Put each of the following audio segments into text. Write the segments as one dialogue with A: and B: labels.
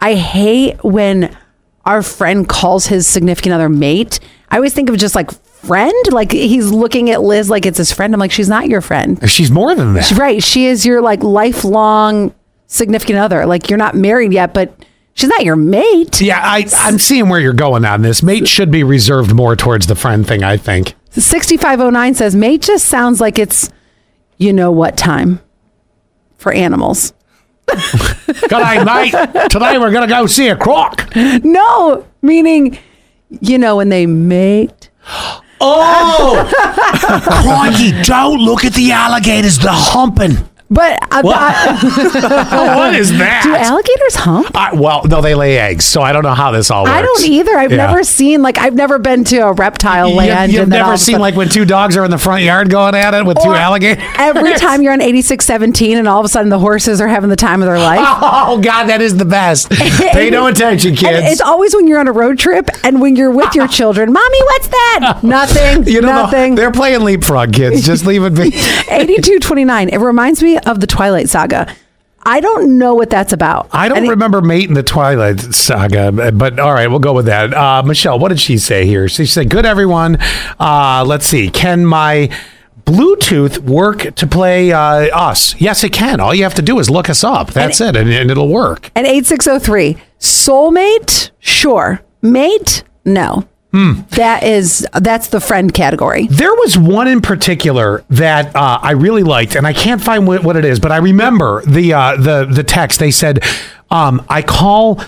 A: I hate when our friend calls his significant other mate. I always think of just like friend, like he's looking at Liz like it's his friend. I'm like, she's not your friend.
B: She's more than that.
A: Right. She is your like lifelong significant other. Like you're not married yet, but she's not your mate.
B: Yeah, I, I'm seeing where you're going on this. Mate should be reserved more towards the friend thing, I think.
A: 6509 says, mate just sounds like it's you know what time for animals.
B: Good night, mate. Today we're going to go see a croc.
A: No, meaning, you know, when they mate.
B: Oh! Crikey, don't look at the alligators. They're humping.
A: But I, I-
B: Oh, what is
A: do
B: that?
A: alligators hump?
B: I, well, no, they lay eggs, so I don't know how this all works.
A: I don't either. I've
B: Yeah.
A: never seen like I've never been to a reptile land.
B: You, have
A: and then all of
B: never
A: a
B: seen
A: sudden-
B: like when two dogs are in the front yard going at it with two
A: Or
B: alligators.
A: Every time you're on 8617 and all of a sudden the horses are having the time of their life.
B: Oh God, that is the best. Pay no attention,
A: And
B: kids.
A: it's always when you're on a road trip and when you're with your children. Mommy, what's that? Nothing.
B: You know, the-
A: nothing.
B: they're playing leapfrog, kids. Just leave it be.
A: 8229. It reminds me of the Twilight Saga. I don't know what that's about.
B: I don't
A: And it-
B: remember Mate in the Twilight Saga, but but all right, we'll go with that. Uh, Michelle, what did she say here? She said, "Good everyone. Uh, let's see. Can my Bluetooth work to play uh, us? Yes, it can. All you have to do is look us up. That's it, and, and it'll work.
A: And 8603. Soulmate? Sure. Mate? No.
B: Hmm.
A: That is that's the friend category.
B: There was one in particular that uh, I really liked, and I can't find what, what it is, but I remember the uh, the the text. They said, um, "I call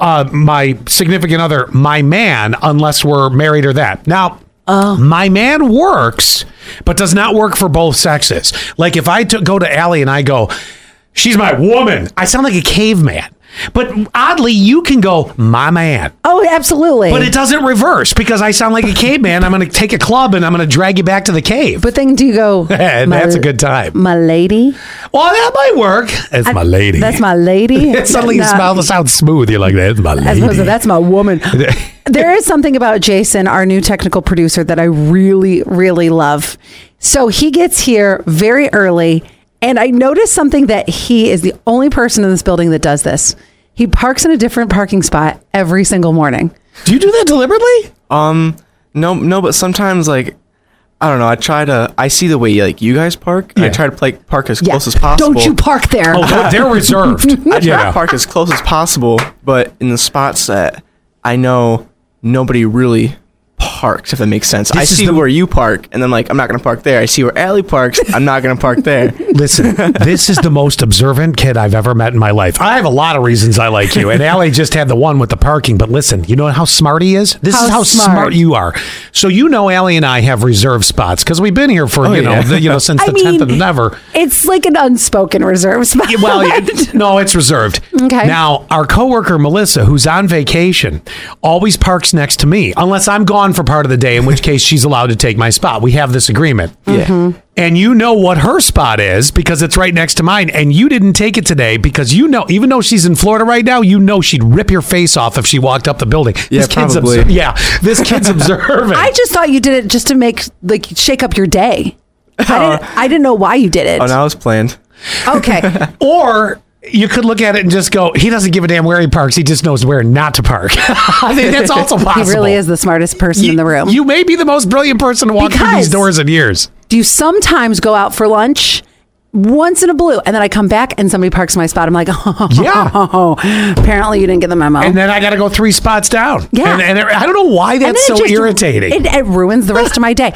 B: uh, my significant other my man unless we're married or that." Now, my man works, but does not work for both sexes. Like if I took go to Allie and I go, "She's my woman," I sound like a caveman. But oddly, you can go, "My man."
A: Oh, absolutely.
B: But it doesn't reverse because I sound like a caveman. I'm going to take a club and I'm going to drag you back to the cave.
A: but then do you go
B: And
A: "My-
B: that's a good time.
A: my lady?
B: Well, that might work. That's my lady.
A: That's my lady.
B: It suddenly
A: Nah.
B: smell- sounds smooth. You're like, that's my
A: As
B: lady.
A: opposed to, that's my woman. there is something about Jason, our new technical producer, that I really, really love. So he gets here very early, and I noticed something that he is the only person in this building that does this. He parks in a different parking spot every single morning.
B: do you do that deliberately?
C: Um, no, no, but sometimes like. I don't know. I try to. I see the way like you guys park. and
B: Yeah.
C: I try to play, park as
A: Yeah.
C: close as possible.
A: Don't you park there.
B: Oh, they're reserved.
C: I try
B: yeah.
C: to park as close as possible, but in the spots that I know nobody really parks, if that makes sense. I
B: This is
C: see
B: the-
C: where you park, and then like I'm not gonna park there. I see where Allie parks. I'm not gonna park there.
B: Listen, this is the most observant kid I've ever met in my life. I have a lot of reasons I like you, and Allie just had the one with the parking. But listen, you know how smart he is. This
A: How
B: is how
A: smart.
B: smart. you are. So you know, Allie and I have reserve spots because we've been here for you know
C: yeah.
B: the, you know since
A: I
B: the tenth of never.
A: It's like an unspoken reserve spot.
B: Yeah, well, it- no, it's reserved.
A: Okay.
B: Now, our coworker Melissa, who's on vacation, always parks next to me unless I'm gone for part of the day, in which case she's allowed to take my spot. We have this agreement.
A: Mm-hmm.
C: Yeah.
B: And you know what her spot is because it's right next to mine. And you didn't take it today because you know, even though she's in Florida right now, you know she'd rip your face off if she walked up the building.
C: Yeah,
B: this kid's
C: probably.
B: obser- yeah, this kid's observant.
A: I just thought you did it just to make like shake up your day.
B: Oh.
A: I, didn't, I didn't know why you did it.
C: Oh, now it's planned.
A: Okay.
B: or you could look at it and just go, he doesn't give a damn where he parks. He just knows where not to park. I think that's also
A: He
B: possible.
A: really is the smartest person
B: You-
A: in the room.
B: You may be the most brilliant person to walk through
A: Because-
B: these doors in years.
A: Do you sometimes go out for lunch once in a blue and then I come back and somebody parks in my spot? I'm like, oh,
B: Yeah.
A: apparently you didn't get the memo.
B: And then I got to go three spots down.
A: Yeah.
B: And, and I don't know why
A: And
B: that's
A: then
B: so
A: it just-
B: irritating.
A: It, it ruins the rest of my day.